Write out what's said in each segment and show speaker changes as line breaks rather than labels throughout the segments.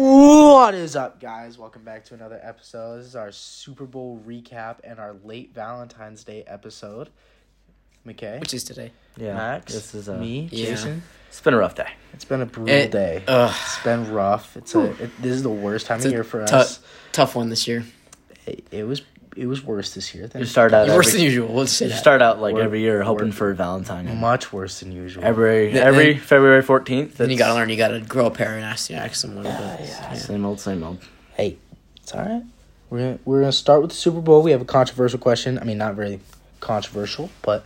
What is up, guys? Welcome back to another episode. This is our Super Bowl recap and our late Valentine's Day episode. McKay,
which is today.
Yeah,
Max,
this is uh,
me,
yeah.
Jason.
It's been a rough day.
It's been a brutal
It-
day.
uh,
ugh.
It's been rough. It's a. It, this is the worst time
It's
of
a
year for
tou-
us.
Tough one this year.
It, it was. It was worse this year than
You start out
Worse
every,
than usual. Let's say
you
that.
start out like
Work-
every year hoping
work.
for Valentine.
Mm-hmm.
and
much worse than usual.
Every
Then-
every
then-
February fourteenth.
then you gotta learn. You gotta grow a pair and ask you ask someone. But, yeah.
Same old, same old.
hey, it's all right. We're gonna, we're gonna start with the Super Bowl. We have a controversial question. I mean, not very controversial, but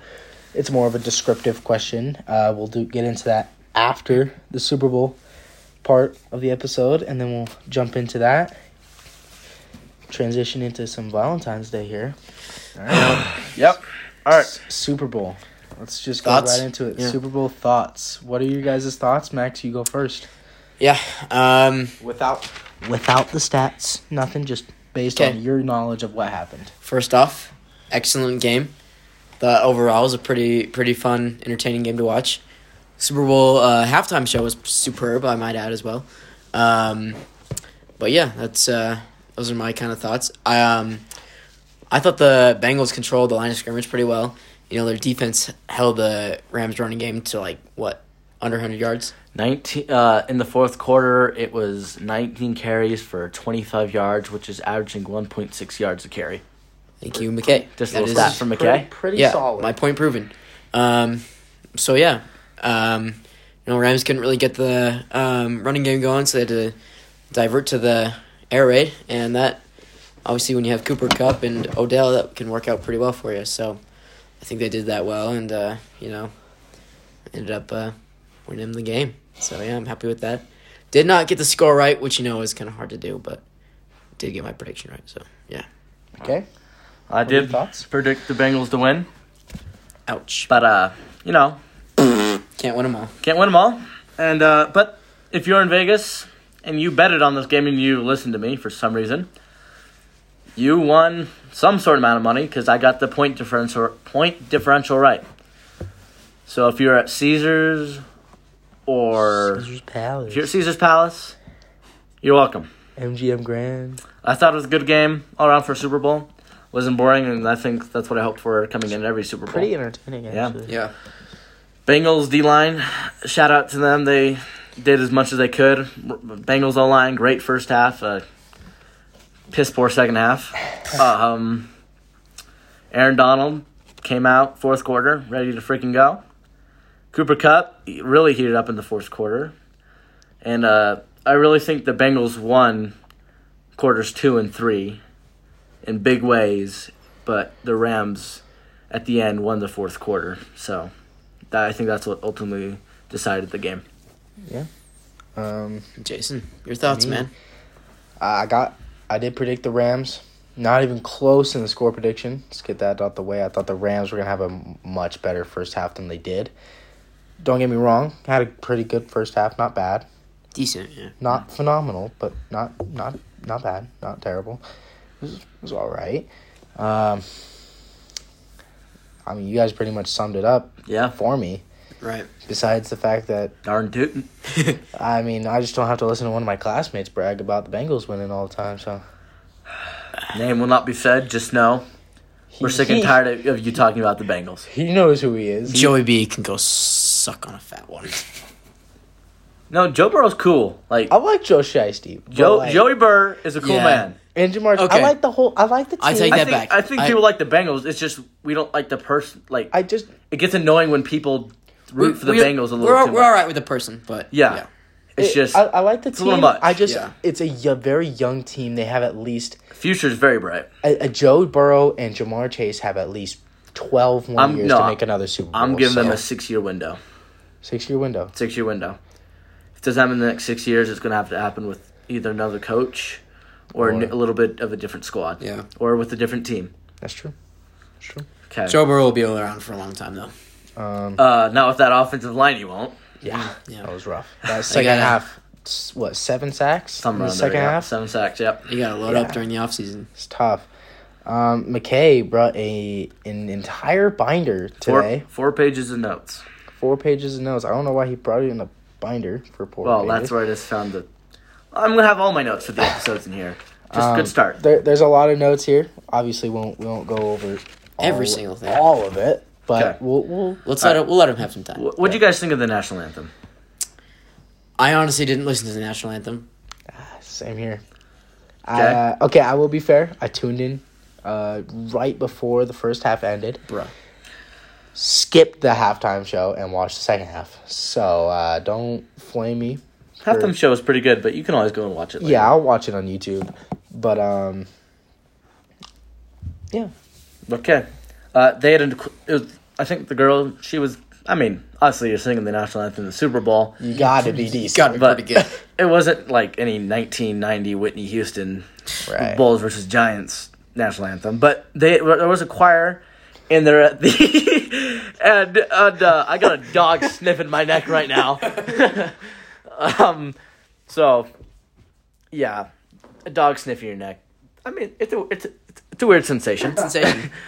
it's more of a descriptive question. Uh, we'll do get into that after the Super Bowl part of the episode, and then we'll jump into that. Transition into some Valentine's Day here.
Yep. All right.
Super Bowl. Let's just go
Thoughts?
right into it.
Yeah.
Super Bowl thoughts. What are your guys' thoughts, Max? You go first.
Yeah, Um.
Without without the stats, nothing. Just based
Okay.
on your knowledge of what happened.
First off, excellent game. The overall was a pretty pretty fun, entertaining game to watch. Super Bowl uh, halftime show was superb. I might add as well. Um, but yeah, that's uh, those are my kind of thoughts. I um, I thought the Bengals controlled the line of scrimmage pretty well. You know, their defense held the Rams running game to like what under hundred yards.
Nineteen uh, in the fourth quarter, it was nineteen carries for twenty-five yards, which is averaging one point six yards a carry.
Thank you, McKay.
Just a
That
little
is-
stat for McKay.
Pretty, pretty
yeah,
solid.
My point proven. Um, so yeah, um, you know Rams couldn't really get the um, running game going, so they had to divert to the air raid, and that obviously when you have Cooper Cup and Odell, that can work out pretty well for you. So I think they did that well, and uh, you know ended up uh, winning the game. So yeah, I'm happy with that. Did not get the score right, which you know is kind of hard to do, but did get my prediction right. So yeah,
okay.
I
are your
did
thoughts?
predict the Bengals to win,
ouch,
but uh, you know,
can't win them all.
Can't win them all. And uh, but if you're in Vegas and you betted on this game and you listened to me for some reason, you won some sort of amount of money because I got the point differential point differential right. So if you're at Caesars or
Caesar's
if you're at
Palace,
Caesars Palace, you're welcome.
MGM Grand.
I thought it was a good game all around for a Super Bowl. Wasn't boring, and I think that's what I hoped for coming in every Super Bowl.
Pretty entertaining,
Yeah.
actually.
Yeah.
Bengals D line, shout out to them. They did as much as they could. Bengals O line, great first half. Uh, piss poor second half. Um, Aaron Donald came out fourth quarter, ready to freaking go. Cooper Cup really heated up in the fourth quarter, and uh, I really think the Bengals won quarters two and three in big ways, but the Rams at the end won the fourth quarter. So that I think that's what ultimately decided the game.
Um,
Jason, your thoughts,
Me?
man?
I got, I did predict the Rams. Not even close in the score prediction. Let's get that out the way. I thought the Rams were gonna have a m- much better first half than they did. Don't get me wrong. Had a pretty good first half. Not bad.
Decent, yeah.
Not phenomenal, but not not not bad. Not terrible. It was, it was all right. Um, I mean, you guys pretty much summed it up
Yeah,
for me.
Right.
Besides the fact that
darn tootin'.
I mean, I just don't have to listen to one of my classmates brag about the Bengals winning all the time. So
Name will not be said. Just know we're sick and tired of, of you talking about the Bengals.
He knows who he is.
Joey B can go suck on a fat one.
No, Joe Burrow's cool. Like
Oh,
I like Joe Shiesty. but,
Joe,
like,
Joey Burr is a cool
Yeah.
man.
and Jamar. I
Okay.
like the whole. I like the team.
I take
I
that
think,
back.
I think
I-
people like the Bengals. It's just we don't like the person. Like
I just
it gets annoying when people root for the
We- we-
Bengals a little
We're,
too
we're
much.
all right with the person, but
Yeah. It's
it-
just
I, I like the
it's a
team.
little much.
I just
Yeah.
it's a y- very young team. They have at least
future's very bright.
a, a Joe Burrow and Jamar Chase have at least 12 more
I'm-
years
no,
to make another Super Bowl.
I'm giving them a
so
six year window.
six year window.
Six year window. If it doesn't happen in the next six years, it's going to have to happen with either another coach or, a
Or-
n- a little bit of a different squad.
Yeah.
Or with a different team.
That's true. That's true.
Okay.
Joe Burrow will be around for a long time though.
Um,
uh, not with that offensive line, you won't.
yeah,
Yeah.
that was rough. That second
gotta-
half, s- what seven sacks? in
Something
the
around
second
there, yeah.
half.
Seven sacks, yep.
You gotta load
Yeah.
up during the offseason.
It's tough. Um, McKay brought a an entire binder
Four,
today.
four pages of notes.
Four, pages of notes. I don't know why he brought it in a binder for four.
Well,
pages.
that's where I just found the. I'm gonna have all my notes for the episodes in here. Just
Um,
good start.
There, there's a lot of notes here. Obviously, we won't we won't go over all-
Every single thing.
all of it. But
Okay.
we'll, we'll
Let's
Uh,
let it, we'll let him have some time.
What would you guys think of the national anthem?
I honestly didn't listen to the national anthem.
same here. Uh, okay, I will be fair. I tuned in uh, right before the first half ended.
Bruh.
Skipped the halftime show and watched the second half. So uh, don't flame me.
Half
for-
them show is pretty good, but you can always go and watch it. Later.
Yeah, I'll watch it on YouTube. But um, yeah,
Okay. Uh, they had a. It was, I think the girl. She was. I mean, obviously, you're singing the national anthem in the Super Bowl.
you gotta be decent.
Got to be
But-
pretty good.
It wasn't like any 1990 Whitney Houston
Right.
Bulls versus Giants national anthem, but they there was a choir, and they're at the and, and uh, I got a dog sniffing my neck right now. um, so yeah, a dog sniffing your neck. I mean, it's a it's a, it's a weird sensation.
Sensation.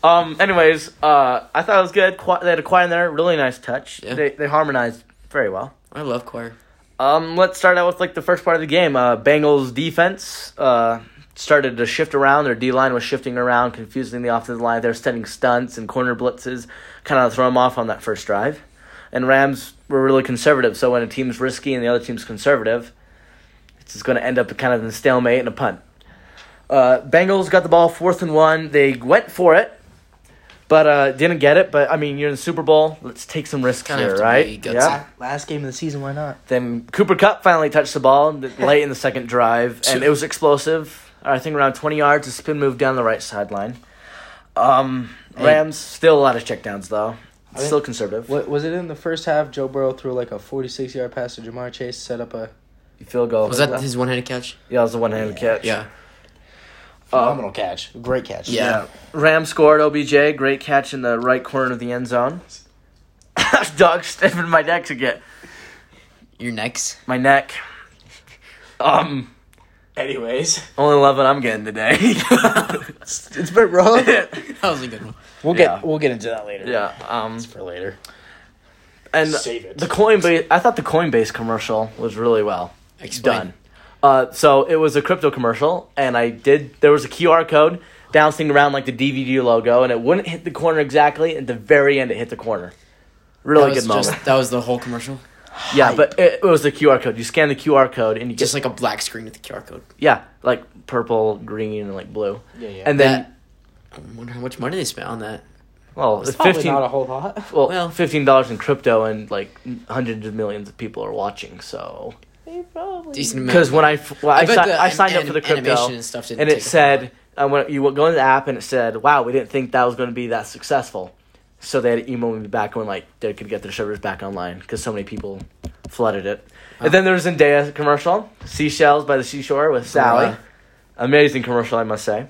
Um. Anyways, uh, I thought it was good. Qui- they had a choir in there. Really nice touch.
Yeah.
They they harmonized very well.
I love choir.
Um, let's start out with like the first part of the game. Uh, Bengals defense uh, started to shift around. Their D line was shifting around, confusing the offensive line. They're setting stunts and corner blitzes, kind of throw them off on that first drive. And Rams were really conservative. So when a team's risky and the other team's conservative, it's just going to end up kind of in a stalemate and a punt. Uh, Bengals got the ball fourth and one. They went for it, but uh, didn't get it. But I mean, you're in the Super Bowl. Let's take some risks
Kinda
here,
have to be
right?
gutsy.
Last game of the season, why not?
Then Cooper Cup finally touched the ball late in the second drive, and it was explosive. I think around 20 yards, a spin move down the right sideline. Um, Rams, still a lot of checkdowns, though.
I
still
think-
conservative.
What was it in the first half? Joe Burrow threw like a 46 yard pass to Jamar Chase, set up a
Field goal.
Was that his one-handed catch?
yeah, it was a one-handed catch.
Yeah.
phenomenal catch. Great catch.
Yeah.
Yeah. Ram scored OBJ. Great catch in the right corner of the end zone. Dog sniffing my neck to get
Your necks.
my neck. Um,
Anyways,
only loving I'm getting today.
it's been rough.
That was a good one.
We'll
Yeah.
get we'll get into that later.
yeah. Um,
for later.
and
Save it.
the Coinbase. I thought the Coinbase commercial was really well
Explain.
done. Uh, so it was a crypto commercial, and I did. There was a QR code bouncing around like the DVD logo, and it wouldn't hit the corner exactly. At the very end, it hit the corner.
That
Really
was
good moment.
just- that was the whole commercial.
yeah, but it, it was the QR code. You scan the QR code, and you
Just
just
like a black screen with the QR code.
yeah, like purple, green, and like blue.
Yeah, yeah.
And then
I wonder how much money they spent on that.
well,
Probably
fifteen.
not a whole lot.
well,
well-
fifteen dollars in crypto, and like hundreds of millions of people are watching. So
Decent amount.
because when I f- well, I,
bet
si-
the
I signed
an-
up for the
animation
crypto
and stuff didn't
and
take
it
a
said I went, you go into the app and it said, "Wow, we didn't think that was going to be that successful." So they had emailed me back when like they could get their servers back online because so many people flooded it. And then there was Zendaya commercial, seashells by the seashore with Sally.
Bruh.
Amazing commercial, I must say.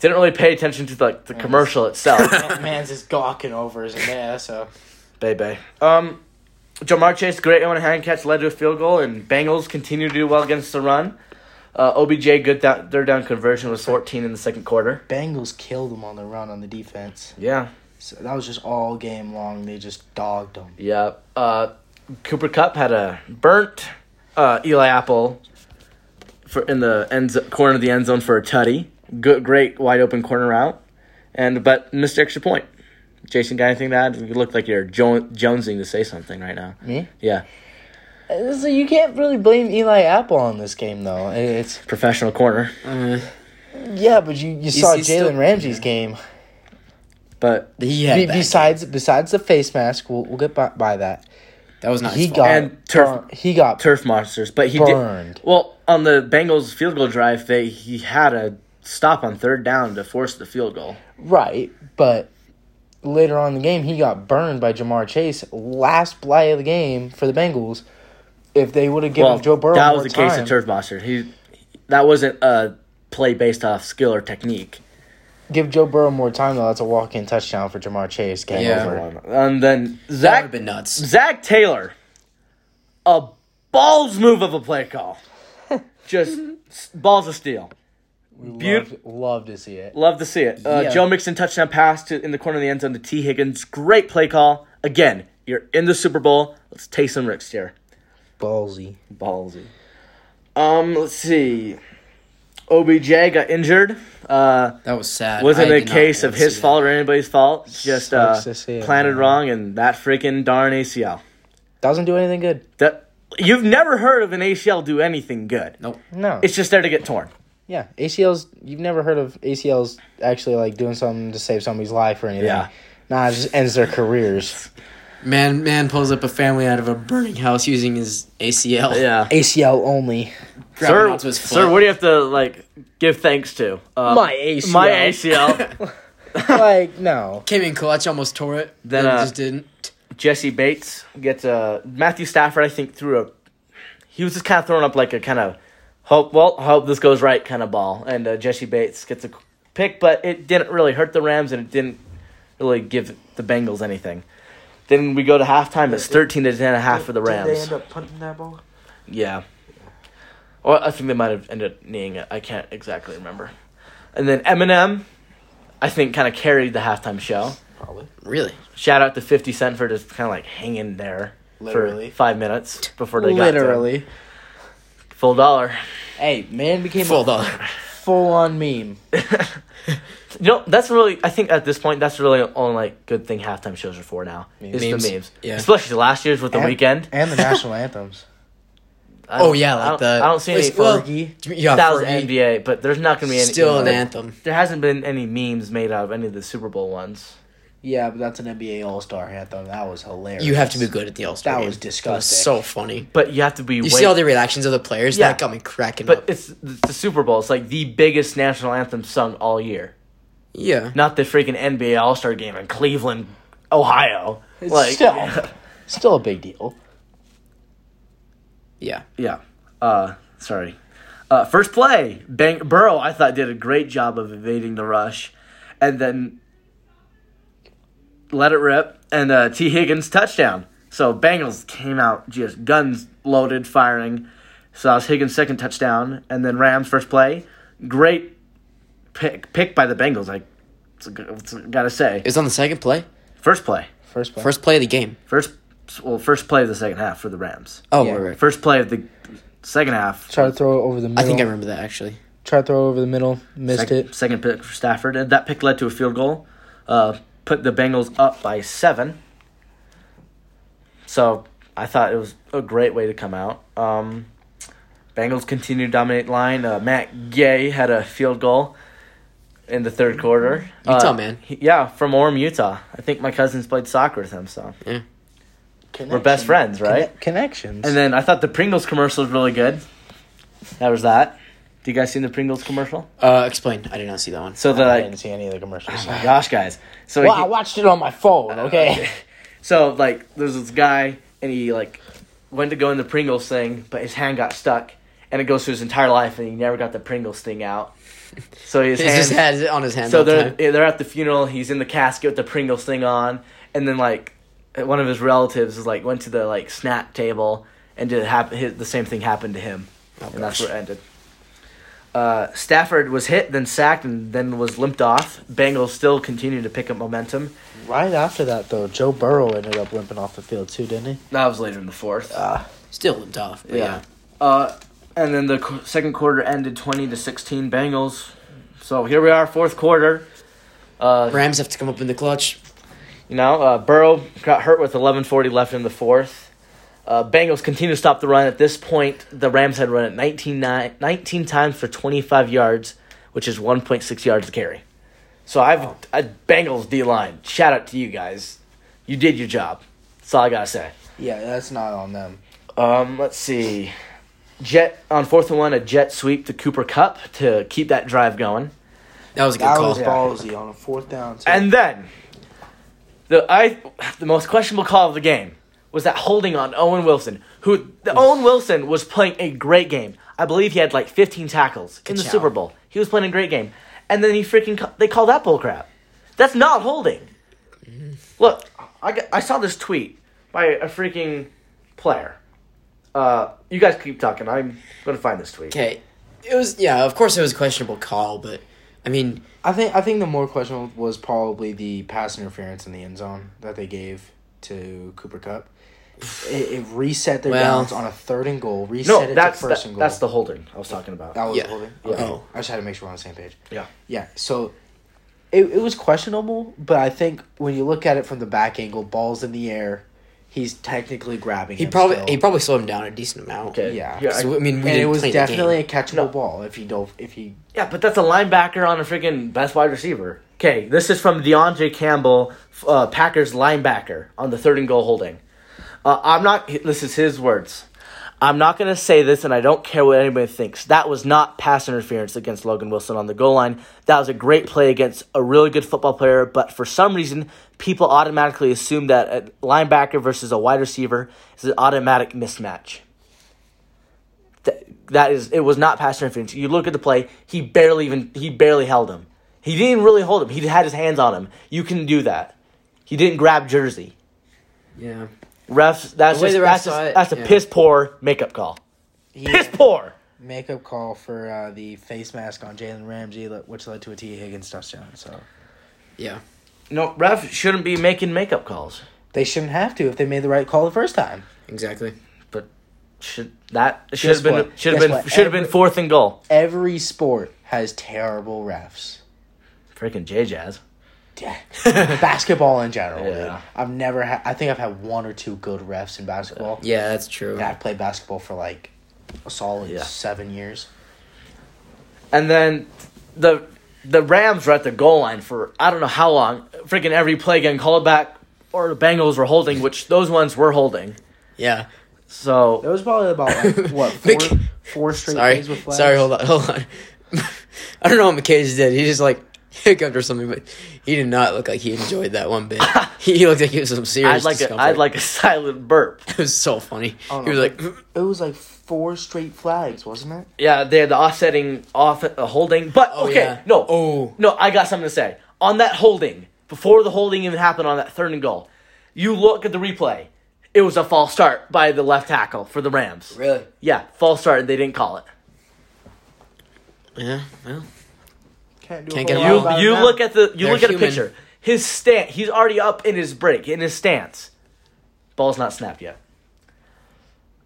Didn't really pay attention to like the commercial itself.
Man's just gawking over his there, so
Bebe. Um, Jamar Chase, great one hand catch, led to a field goal, and Bengals continue to do well against the run. Uh, OBJ, good down, third down conversion was 14 in the second quarter.
Bengals killed him on the run on the defense.
Yeah.
So that was just all game long. They just dogged him.
Yeah. Uh, Cooper Cup had a burnt uh, Eli Apple for in the end zo- corner of the end zone for a tutty. Good, great wide open corner out, and but missed extra point. Jason, got anything to add? You look like you're jo- jonesing to say something right now.
Me?
Yeah.
So you can't really blame Eli Apple on this game, though. It's
Professional corner.
Uh,
yeah, but you, you saw Jalen
he's still-
Ramsey's game.
But
he had
Be-
that.
besides besides the face mask, we'll, we'll get by, by that.
that was not
He
his fault.
got
And turf-
burnt- he got
turf monsters, but he
Burned.
did. Well, on the Bengals field goal drive, they he had a stop on third down to force the field goal.
Right, but later on in the game, he got burned by Jamar Chase. Last play of the game for the Bengals. If they would have given
Well,
Joe Burrow
that
more
was a
time,
case of turf monster. He that wasn't a play based off skill or technique.
give Joe Burrow more time, though, that's a walk-in touchdown for Jamar Chase. Game
Yeah.
over.
And then
That would
Zach
have been nuts.
Zach Taylor, a balls move of a play call, just s- balls of steel. Beautiful.
Love, love to see it.
Love to see it. Uh,
Yeah.
Joe Mixon touchdown pass to, in the corner of the end zone to T. Higgins. Great play call. Again, you're in the Super Bowl. Let's take some risks here.
Ballsy.
Ballsy. Um, let's see. OBJ got injured. Uh,
That was sad.
wasn't
I
a
did not
case
want
of
to
his
see that.
fault or anybody's fault. Just uh,
Sucks to see it,
planted
man.
wrong, and that freaking darn ACL.
Doesn't do anything good.
That you've never heard of an ACL do anything good.
Nope.
No.
It's just there to get torn.
yeah, ACLs. You've never heard of ACLs actually like doing something to save somebody's life or anything.
Yeah.
Nah, it just ends their careers.
Man, man pulls up a family out of a burning house using his ACL.
Yeah.
ACL only.
Grabbing
sir,
onto his foot.
sir, what do you have to like give thanks to? Uh,
My ACL.
My ACL.
like no.
Came in clutch, almost tore it.
Then,
Then, it
uh,
just didn't.
Jesse Bates gets uh, Matthew Stafford. I think threw a. He was just kind of throwing up like a kind of hope. Well, hope this goes right kind of ball, and uh, Jesse Bates gets a pick, but it didn't really hurt the Rams, and it didn't really give the Bengals anything. Then we go to halftime. It's thirteen to ten and a half for the Rams.
Did they end up punting that ball?
Yeah. Or I think they might have ended up kneeing it. I can't exactly remember. And then Eminem, I think, kind of carried the halftime show.
Probably.
Really?
Shout out to 50 Cent for just kind of like hanging there
Literally.
for five minutes before they got Literally.
Literally.
Full dollar.
Hey, man became full,
Full dollar.
full on meme.
You know, that's really, I think at this point, that's really the only like, good thing halftime shows are for now. Is
Memes.
the memes.
Yeah.
Especially last year's with The
And-
Weeknd.
And the national anthems.
I
Oh
don't-
yeah,
I
like
don't-
the.
I don't see any.
Well,
Fergie.
yeah,
that was
Fergie.
NBA, but there's not going to be any.
Still an
there-
anthem.
There hasn't been any memes made out of any of the Super Bowl ones.
Yeah, but that's an NBA All Star anthem. That was hilarious.
You have to be good at the All Star.
That was disgusting.
so funny.
But you have to be.
You
way,
see all the reactions of the players.
Yeah.
That got me cracking
But
up.
it's it's the Super Bowl. It's like the biggest national anthem sung all year.
Yeah.
Not the freaking NBA All Star Game in Cleveland, Ohio.
It's
like
still- Still a big deal.
Yeah.
yeah. Uh, sorry. Uh, first play, Bang Burrow. I thought did a great job of evading the rush, and then let it rip. And uh, T Higgins touchdown. So Bengals came out just guns loaded, firing. So that was Higgins' second touchdown, and then Rams first play. Great pick, pick by the Bengals. I it's a good- it's a- gotta say,
It was on the second play.
first play,
First play.
First play of the game.
first well, first play of the second half for the Rams.
Oh,
Yeah.
right, right.
First play of the second half.
Try to throw it over the middle.
I think I remember that actually.
Try to throw it over the middle. Missed
Second,
it.
second pick for Stafford, and that pick led to a field goal. Uh, put the Bengals up by seven. So I thought it was a great way to come out. Um, Bengals continue to dominate line. Uh, Matt Gay had a field goal in the third quarter.
Utah
Uh,
man.
he- yeah, from Orem, Utah. I think my cousins played soccer with him, so we're best
Connection.
friends, right?
Conne- connections.
And then I thought the Pringles commercial was really good. That was that. Do you guys seen the Pringles commercial?
Uh, explain. I did not see that one.
So the
I
like,
didn't see any of the commercials.
oh my gosh, guys. So
well,
he-
I watched it on my phone. Okay.
So like, there's this guy, and he like went to go in the Pringles thing, but his hand got stuck, and it goes through his entire life, and he never got the Pringles thing out. So his
His, his
hand.
head is on his hand.
So
all the
they're
time.
yeah, they're at the funeral. He's in the casket with the Pringles thing on, and then like one of his relatives is like went to the like snack table, and did happen his, the same thing happened to him,
Oh,
and that's
gosh.
where it ended. Uh, Stafford was hit, then sacked, and then was limped off. Bengals still continue to pick up momentum.
right after that, though, Joe Burrow ended up limping off the field too, didn't he?
That was later in the fourth.
still limped off. But yeah.
Uh, Yeah. Uh, and then the qu- second quarter ended twenty to sixteen Bengals. So here we are, fourth quarter. Uh,
Rams have to come up in the clutch.
you know, uh, Burrow got hurt with eleven forty left in the fourth. Uh, Bengals continue to stop the run. At this point, the Rams had run it 19, nine- 19 times for twenty five yards, which is one point six yards to carry. So I've I, Bengals D line. Shout out to you guys. You did your job. That's all I gotta say.
Yeah, that's not on them.
Um, let's see. Jet on fourth and one, a jet sweep to Cooper Cup to keep that drive going,
That was a good
That
call.
was ballsy on a fourth down. Too.
and then the I the most questionable call of the game was that holding on Owen Wilson, who the Owen Wilson was playing a great game. I believe he had like 15 tackles in the
Ka-chow.
Super Bowl. He was playing a great game, and then he freaking ca- they call that bull crap. That's not holding. Look, I, got- I saw this tweet by a freaking player. Uh, you guys keep talking. I'm gonna find this tweet.
Okay. It was yeah, of course it was a questionable call, but I mean
I think I think the more questionable was probably the pass interference in the end zone that they gave to Cooper Cup. It, it reset their
Well-
balance on a third and goal. Reset
No,
it
that's
to first
that-
and goal.
that's the holding I was talking about.
That was
Yeah.
holding.
Yeah.
Okay.
Oh.
I just had to make sure we're on the same page.
Yeah.
Yeah. So it it was questionable, but I think when you look at it from the back angle, balls in the air, he's technically grabbing.
He
him
probably
still.
he probably slowed him down a decent amount.
Okay.
Yeah.
Yeah, I-
'Cause, I mean, we
and
didn't
it was
play
definitely a catchable
No.
ball if you don't if he
Yeah, but that's a linebacker on a freaking best wide receiver. Okay, this is from DeAndre Campbell, f- uh, Packers linebacker on the third and goal holding. Uh, I'm not. This is his words. I'm not going to say this, and I don't care what anybody thinks. That was not pass interference against Logan Wilson on the goal line. That was a great play against a really good football player, but for some reason, people automatically assume that a linebacker versus a wide receiver is an automatic mismatch that that is it was not pass interference. You look at the play; he barely even he barely held him. He didn't even really hold him. He had his hands on him. You can do that. He didn't grab jersey.
Yeah.
Refs, that's
The way
just,
the refs
that's,
saw
just-
it,
that's a
yeah.
piss poor makeup call.
he
Piss poor.
makeup call for uh, the face mask on Jalen Ramsey, le- which led to a T Higgins touchdown. So
Yeah.
No, ref shouldn't be making makeup calls.
they shouldn't have to if they made the right call the first time.
Exactly.
But should that should have been
what?
should have
Guess
been
what?
should have been
Every-
fourth and goal.
Every sport has terrible refs.
Freaking J Jazz.
Yeah. basketball in general. dude.
Yeah.
I've never had. I think I've had one or two good refs in basketball.
Yeah, that's true.
And I've played basketball for like a solid
Yeah.
seven years.
And then the the Rams were at the goal line for I don't know how long. Freaking every play getting called back, or the Bengals were holding, which those ones were holding.
Yeah.
There
So
was probably about like, what
Mick-
four, four straight
Sorry.
days with flags.
Sorry, hold on, hold on. I don't know what McCage did. He just like hiccuped or something, but he did not look like he enjoyed that one bit. he looked like he was some serious
I'd like a,
discomfort.
I'd like a silent burp.
it was so funny.
I don't
he was
know,
like
It was like four straight flags, wasn't it?
Yeah, they had the offsetting off uh, holding, but
Oh,
okay,
yeah.
no,
Oh.
no, I got something to say on that holding before the holding even happened on that third and goal. You look at the replay; it was a false start by the left tackle for the Rams.
Really?
Yeah, false start, and they didn't call it.
Yeah, well.
Can't do
Can't get
whole
them
lot
all.
about it
You
now.
look at the you
They're
look at a
human.
picture. His stance. He's already up in his break in his stance. Ball's not snapped yet.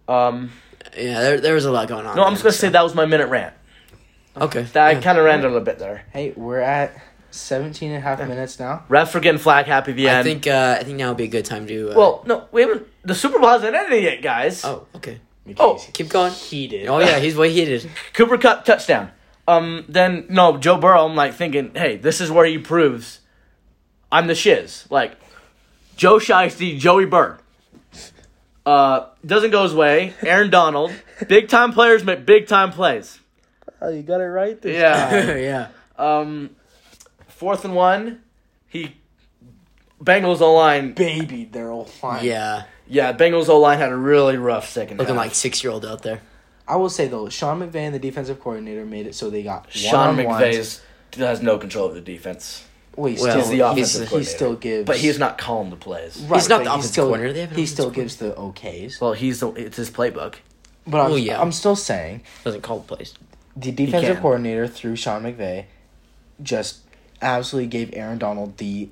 Um.
Yeah, there there was a lot going on.
No, I'm
there,
just gonna say
so-
that was my minute rant.
Okay.
That I
yeah.
kind of ran a little bit there.
Hey, we're at 17 and a half minutes now.
Ref for getting flag happy at the end.
I think uh, I think now would be a good time to uh,
Well, no, we haven't. The Super Bowl hasn't ended yet, guys.
Oh, okay.
Oh.
Keep going.
Heated.
Oh yeah, he's way heated.
Cooper Cup touchdown. Um. Then no, Joe Burrow. I'm like thinking, hey, this is where he proves I'm the shiz. Like Joe Shiesty, Joey Burr. Uh, doesn't go his way. Aaron Donald, big time players make big time plays.
Oh, you got it right this time.
Yeah.
yeah.
Um, fourth and one, he Bengals O line.
Babied their old line.
Yeah.
Yeah, Bengals O line had a really rough second.
Looking
half.
like six year old out there.
I will say though, Sean McVay, the defensive coordinator, made it so they got
Sean
one-on-ones.
McVay has no control of the defense,
Well, he
Well,
still,
he's the
he's-
offensive
he still gives,
but he's not calling the plays.
Right,
He's not
but
the
he
offensive
still-
coordinator. They have an
he
offensive
still gives the OKs.
Well, he's the it's his playbook.
But I'm,
Well, yeah.
I'm still saying
Doesn't call the plays.
the defensive
can.
coordinator through Sean McVay just absolutely gave Aaron Donald the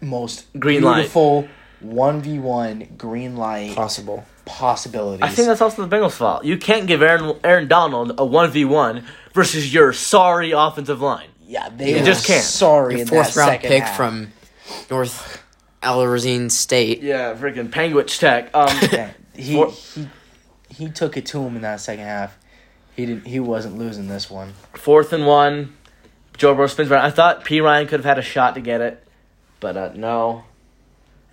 most
Green light.
beautiful one v one green light
Possible.
possibilities.
I think that's also the Bengals' fault. You can't give Aaron Aaron Donald a one v one versus your sorry offensive line.
yeah, they
You
were
just can't.
Sorry,
Your
in
fourth
that
round
second
pick
half.
from North Alrazine State.
Yeah, freaking Penguich Tech. Um,
Yeah, he
Four-
he he took it to him in that second half. He didn't. He wasn't losing this one.
fourth and one. Joe Burrow spins around. I thought P Ryan could have had a shot to get it, but uh, no.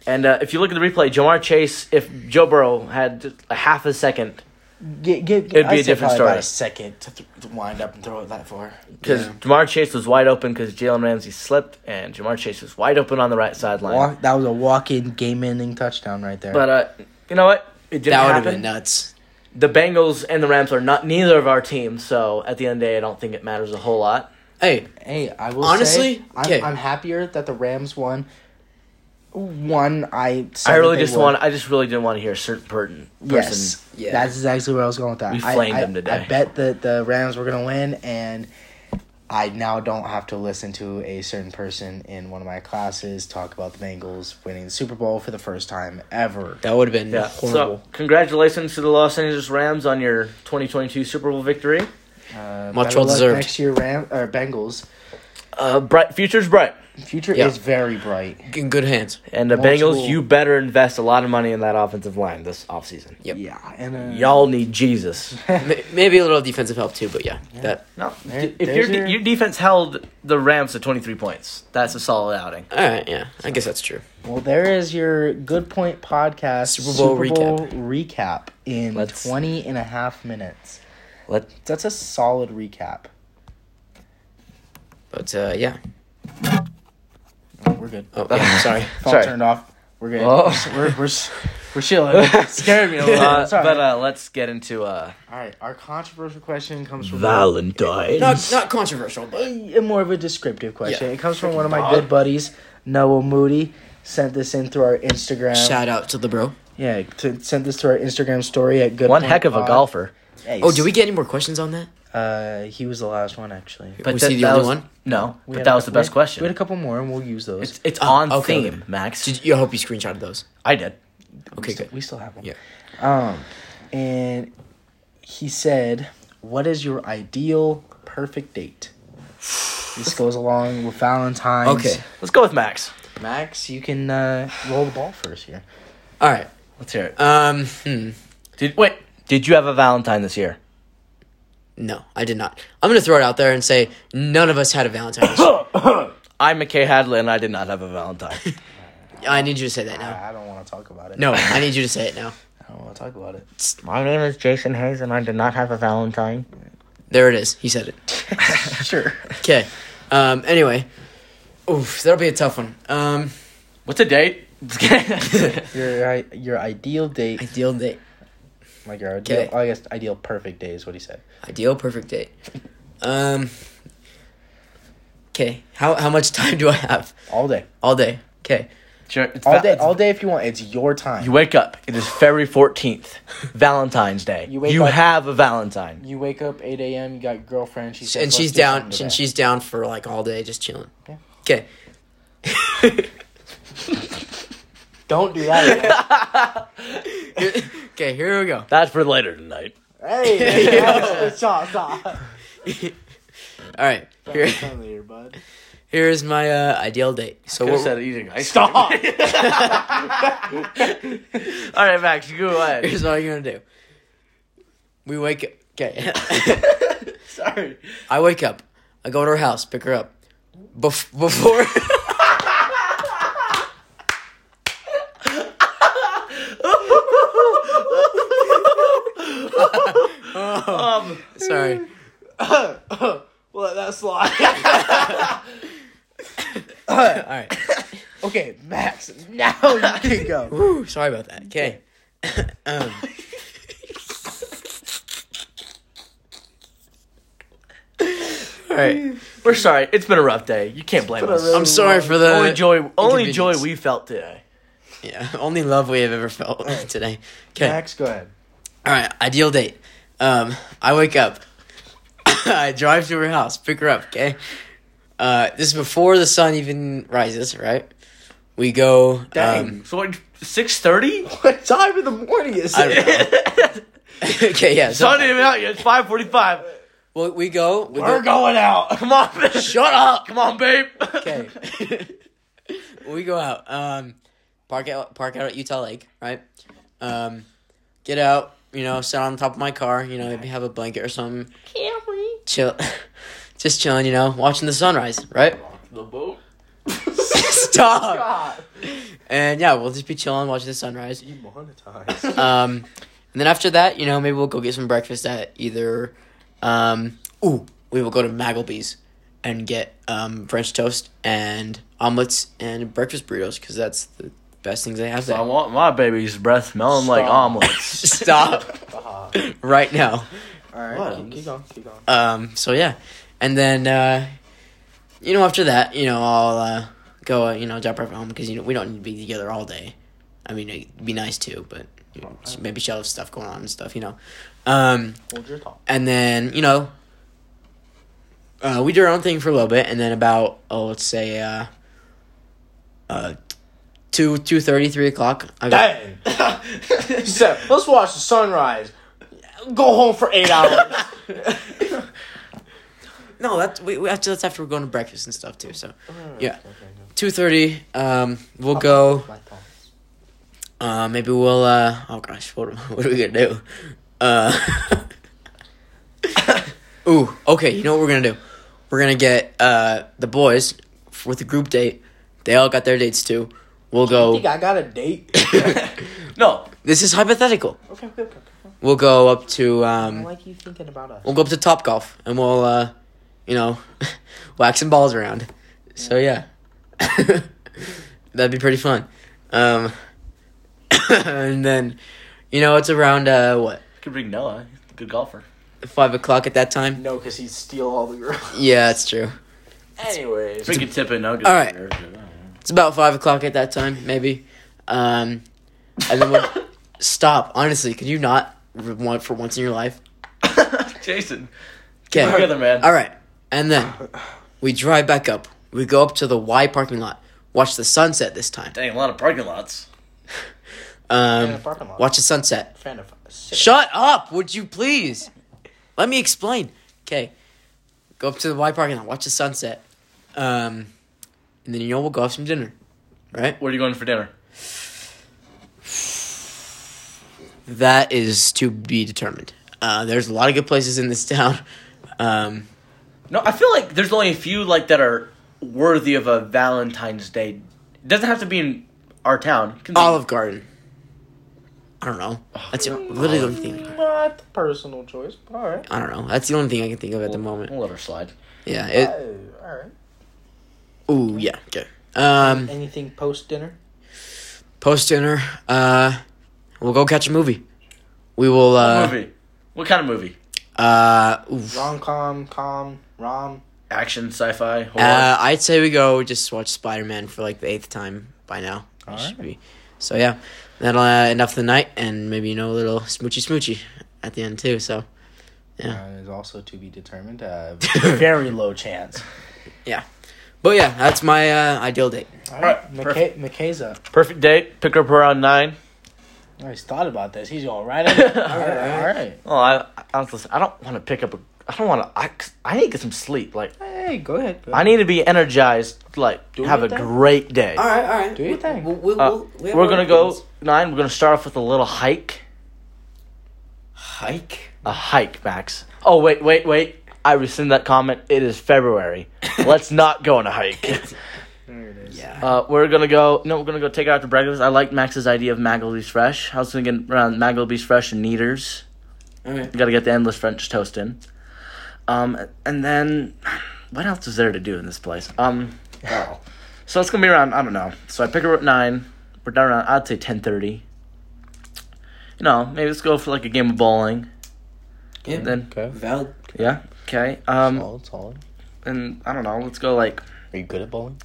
And uh, if you look at the replay, Jamar Chase, if Joe Burrow had just a half a second,
Get, get,
It'd be
I'd
a
say
different
probably
story.
About a second to, th- to wind up and throw it that far.
because
Yeah.
Jamar Chase was wide open because Jalen Ramsey slipped, and Jamar Chase was wide open on the right sideline.
Walk, that was a walk-in game-ending touchdown right there.
But uh, you know what? It didn't
That would have
happen.
been nuts.
the Bengals and the Rams are not neither of our teams, so at the end of the day, I don't think it matters a whole lot.
Hey,
hey, I will
Honestly,
say,
okay.
I'm, I'm happier that the Rams won. One, I said
I
that
really
they
just
would.
want. I just really didn't want to hear a certain per- person.
Yes,
Yeah.
that's exactly where I was going with that.
We
I-
flamed
I,
them today.
I bet that the Rams were going to win, and I now don't have to listen to a certain person in one of my classes talk about the Bengals winning the Super Bowl for the first time ever.
That would have been
Yeah.
horrible.
So, congratulations to the Los Angeles Rams on your 2022 Super Bowl victory.
Uh,
Much
better
well
luck
deserved.
Next year, Ram or Bengals
Uh, bright future's bright,
future
Yeah.
is very bright.
In good hands.
and the
Multiple-
Bengals, you better invest a lot of money in that offensive line this offseason.
Yep.
Yeah, and uh,
Y'all need Jesus.
May- Maybe a little defensive help too, but yeah, that.
No,
There-
if
there's
your de-
your-
your defense held the Rams to 23 points, that's a solid outing.
All right, yeah, I guess that's true.
Well, there is your Good Point podcast
Super Bowl
recap. in
Let's-
20 and a half minutes.
Let
That's a solid recap.
But uh, yeah,
We're good.
oh yeah, sorry.
Phone
sorry.
turned off. We're good.
Oh.
We're, we're, s- we're chilling. scared me a little.
Uh,
It's all
but
right.
uh, let's get into uh,
All right, our controversial question comes from
Valentine.
Not not controversial, but
Uh, more of a descriptive question.
Yeah.
It comes from one of my good buddies, Noah Moody. Sent this in through our Instagram.
shout out to the bro.
yeah, t- sent this through our Instagram story at good.
One
Point
heck of a
Pod.
golfer.
Hey,
Oh, do we get any more questions on that?
Uh, he was the last one actually.
But
Was
that-
he the
that
only
was-
one?
No,
We
but
had
that
a-
was the
we had-
best question.
We had a couple more, and we'll use those.
It's, it's
Uh,
on
okay.
theme, Max.
Did you, I hope you screenshotted those.
I did.
Okay, good.
we still have them.
Yeah.
Um, and he said, "What is your ideal perfect date?" This goes along with Valentine's.
Okay.
Let's go with Max.
Max, you can uh, roll the ball first here.
All right.
Let's hear it.
Um. Hmm.
Did wait? Did you have a Valentine this year?
No, I did not. I'm gonna throw it out there and say none of us had a Valentine's.
I, McKay Hadley, and I did not have a Valentine.
I need you to say that now.
I I don't want to talk about it.
No, I need you to say it now.
I don't want to talk about it.
My name is Jason Hayes, and I did not have a Valentine.
There it is. He said it.
sure.
Okay. Um. Anyway. Oof. That'll be a tough one. Um.
What's a date?
Your i- your ideal date,
Ideal date.
like your ideal,
Okay.
I guess ideal perfect day is what he said.
Ideal perfect date. Um. Okay. How how much time do I have?
All day,
All day. Okay.
sure, it's
all
Val-
day, all day. If you want, it's your time.
You wake up. It is February fourteenth, Valentine's Day.
You
You,
wake up-
have a Valentine.
You wake up eight a.m. You got your girlfriend. She said,
And
"Let's
she's
do
down.
something today."
And she's down for like all day, just chilling.
Yeah.
Okay.
don't do that.
Okay. Here we go.
That's for later tonight.
hey, yeah, stop, stop.
All right. Here,
later, bud.
here is my uh, ideal date. So what,
eating ice Stop. All right, Max, you go ahead.
here's what I'm gonna do. We wake up. Okay.
Sorry.
I wake up. I go to her house, pick her up. Bef- before. Sorry.
Well, that's slide.
All right.
okay, Max. Now you can go.
Woo, sorry about that. Okay. um, all right.
We're sorry. It's been a rough day. You can't blame
been a
us.
really-
I'm sorry for the
only joy, only joy
inconvenience.
we felt today.
Yeah, only love we have ever felt today. Okay.
Max, go ahead.
All right, ideal date. Um, I wake up. I drive to her house, pick her up. Okay. Uh, this is before the sun even rises, right? We go. Um,
so like six thirty.
What time in the morning is
I don't know. okay, yeah.
Don't
So,
even out yet. It's five forty-five.
well, we go. We
We're
go.
going out.
Come on, babe. shut up. Come on, babe.
Okay. we go out. Um, park out. Park out at Utah Lake, right? Um, get out. You know, sit on top of my car. You know, maybe have a blanket or something. Chill. Just chilling. You know, watching the sunrise. Right.
The boat.
Stop. And yeah, we'll just be chilling, watching the sunrise.
You monetized.
Um, and then after that, you know, maybe we'll go get some breakfast at either. Um, ooh, we will go to Maggleby's and get um, French toast and omelets and breakfast burritos because that's the best things they have
I
there.
want my baby's breath smelling like
Stop.
omelets.
Stop
All
Uh-huh.
right now.
right,
What?
keep going, keep going.
Um, so yeah, and then uh, you know after that, you know I'll uh, go uh, you know drop her off at home because you know we don't need to be together all day. I mean, it'd be nice too, but you know, maybe she'll have stuff going on and stuff, you know. Um,
Hold your thought.
and then you know uh, we did our own thing for a little bit, and then about oh, let's say uh, uh, two two thirty, three o'clock. I got,
Dang. he said, let's watch the sunrise. Go home for eight hours.
no, that's we, we after that's after we're going to breakfast and stuff too. So yeah, two thirty. Um, we'll go. Uh, maybe we'll. Uh, oh gosh, what what are we gonna do? Uh, ooh, okay. You know what we're gonna do? We're gonna get uh the boys f- with a group date. They all got their dates too. We'll
I
go.
think I got a date.
No.
This is hypothetical.
Okay, okay, okay.
We'll go up to
I
um.
like you thinking about us.
We'll go up to Top Golf and we'll uh, you know, wax some balls around. So yeah, that'd be pretty fun. Um, and then, you know, it's around uh what
Could bring Noah. He's a good golfer.
five o'clock at that time.
No, because he'd steal all the girls.
Yeah, that's true.
Anyways.
Bring a tip in. No,
All right. It's about five o'clock at that time, maybe. Um, and then we'll stop. Honestly, could you not re- want for once in your life?
Jason.
Okay.
Together, man.
All right. And then we drive back up. We go up to the Y parking lot. Watch the sunset this time.
Dang, a lot of parking lots.
In the
Um,
parking lot.
watch the sunset.
Fan of us.
Shut up, would you please? Let me explain. Okay. Go up to the Y parking lot, watch the sunset. Um, and then you know we'll go have some dinner. Right?
Where are you going for dinner?
That is to be determined. Uh, there's a lot of good places in this town. Um,
No, I feel like there's only a few like that are worthy of a Valentine's Day. It doesn't have to be in our town. It can be-
Olive Garden. I don't know. That's the- literally the only thing.
Not the personal choice, but alright.
I don't know. That's the only thing I can think of at the moment.
We'll let her slide.
Yeah. It,
Oh, alright.
ooh, yeah. Okay. Um,
Anything post dinner?
post dinner, uh, we'll go catch a movie. We will. Uh,
movie. What kind of movie?
Uh, oof.
Rom com, com, rom.
Action, sci-fi, horror.
uh, I'd say we go just watch Spider Man for like the eighth time by now. It should be. So yeah, that'll uh, end up the night, and maybe you know a little smoochy smoochy at the end too. So
Uh, is also to be determined. Uh, very low chance.
yeah, but yeah, that's my uh, ideal date.
Alright,
All right,
McKay- McKay's up.
Perfect date. Pick her up around nine.
Oh, he's thought about this. He's all right. All right, all right.
Oh, I, I, listen, I don't want to pick up. A, I don't want to. I, I need to get some sleep. Like
Hey, go ahead.
I need to be energized. Like
Do
have
your
a
thing.
great day.
All right, all right.
Do your thing.
We'll, we'll,
Uh,
we'll, we have
we're
our
gonna go
opinions.
nine. We're gonna start off with a little hike.
hike.
A hike, Max. Oh wait, wait, wait. I rescind that comment. It is February. Let's not go on a hike.
There it is.
Yeah.
Uh, we're gonna go. No, we're gonna go take her out to breakfast. I like Max's idea of Maggleby's Fresh. I was thinking around Maggleby's Fresh and Neaters.
all right.
You gotta get the endless French toast in. Um, and then what else is there to do in this place? Um,
Wow.
so it's gonna be around. I don't know. So I pick her up at nine. We're done around. I'd say ten thirty. You know, maybe let's go for like a game of bowling.
Yeah.
And then
Okay.
Valid.
yeah, okay. Um,
Solid, solid.
and I don't know. Let's go like.
Are you good at bowling?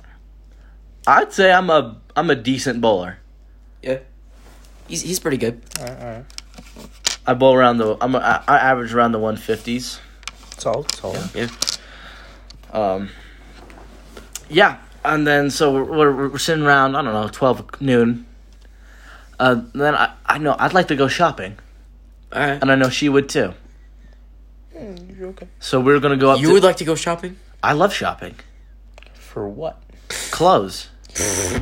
I'd say I'm a I'm a decent bowler.
Yeah. He's he's pretty good.
All right, all right.
I bowl around the. I'm a, I, I average around the one fifties.
Solid, solid.
Um, yeah, and then so we're, we're, we're sitting around. I don't know, twelve noon. Uh, then I, I know I'd like to go shopping,
All right.
and I know she would too.
you okay.
So we're gonna go up.
You
to-
would like to go shopping?
I love shopping.
For what?
Clothes.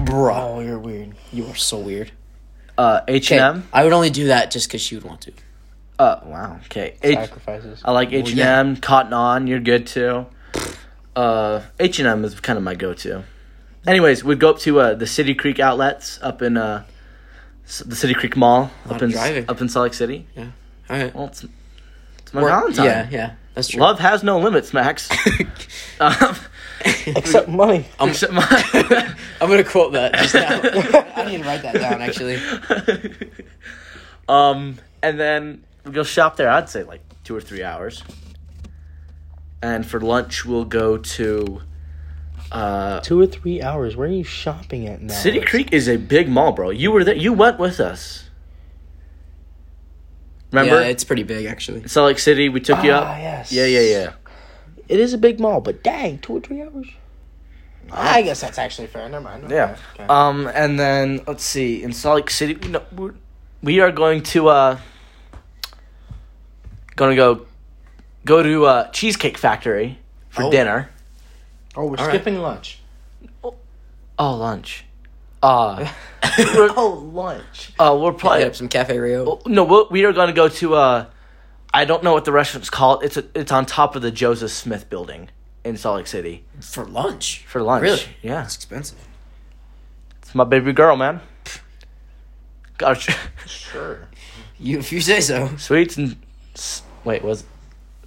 Bro, you're weird.
You are so weird.
Uh, H and M.
I would only do that just because she would want to.
Uh, wow. Okay. H.
Sacrifices.
I like
Well,
H and M. Cotton On. You're good too. Uh, H and M is kind of my go-to. Anyways, we'd go up to uh, the City Creek outlets up in uh, s- the City Creek Mall
lot of
up in
driving.
up in Salt Lake City.
All right.
Well, it's, it's my
Or-
Valentine.
Yeah, yeah, that's true.
Love has no limits, Max. um,
Except money.
Um,
except my-
I'm gonna quote that. Just now. I need to write that down. Actually,
um, and then we go shop there. I'd say like two or three hours. And for lunch, we'll go to. Uh,
Two or three hours. Where are you shopping at now?
City Creek is a big mall, bro. You were there. You went with us. Remember?
yeah, it's pretty big actually.
Salt Lake City. We took you
Ah,
up.
yes.
Yeah, yeah, yeah.
It is a big mall, but dang, two or three hours. I guess that's actually fair. Never mind. never
Yeah.
mind. Okay.
Um, and then let's see. In Salt Lake City, no, we're, we are going to uh, gonna go go to uh, Cheesecake Factory for
Oh.
dinner.
oh, we're
all right.
skipping lunch.
Oh, lunch. Uh, we're,
Oh, lunch.
uh, we're
Hit
probably
up some Cafe Rio.
no. We'll, we are gonna go to. Uh, I don't know what the restaurant's called. It's a, it's on top of the Joseph Smith Building in Salt Lake City
For lunch.
for lunch.
Really?
Yeah.
That's expensive.
It's my baby girl, man. Got her-
Sure.
You, if you say so.
sweets and s- wait was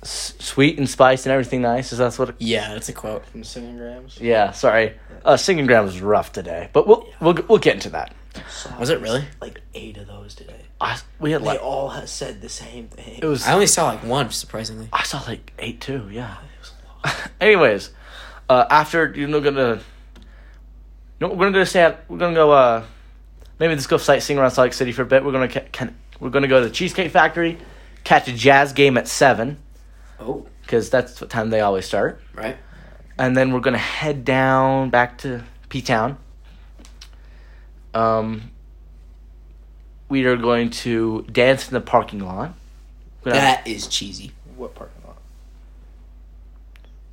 s- sweet and spice and everything nice is that what it,
Yeah, that's a quote.
From singing grams.
yeah sorry uh singing gram was rough today but we'll we'll, we'll get into that
Was it really?
Like eight of those today.
I, we had
They
like
all ha- said the same thing.
it was
I only saw like one, surprisingly.
i saw like eight too yeah anyways uh after you know gonna you know, we're gonna stay at we're gonna go uh maybe just go sightseeing around Salt Lake City for a bit we're gonna ca- can, we're gonna go to the cheesecake factory catch a jazz game at seven
Oh,
because that's what time they always start
right.
and then we're gonna head down back to P Town. Um, we are going to dance in the parking lot. We're gonna-
That is cheesy.
What parking lot?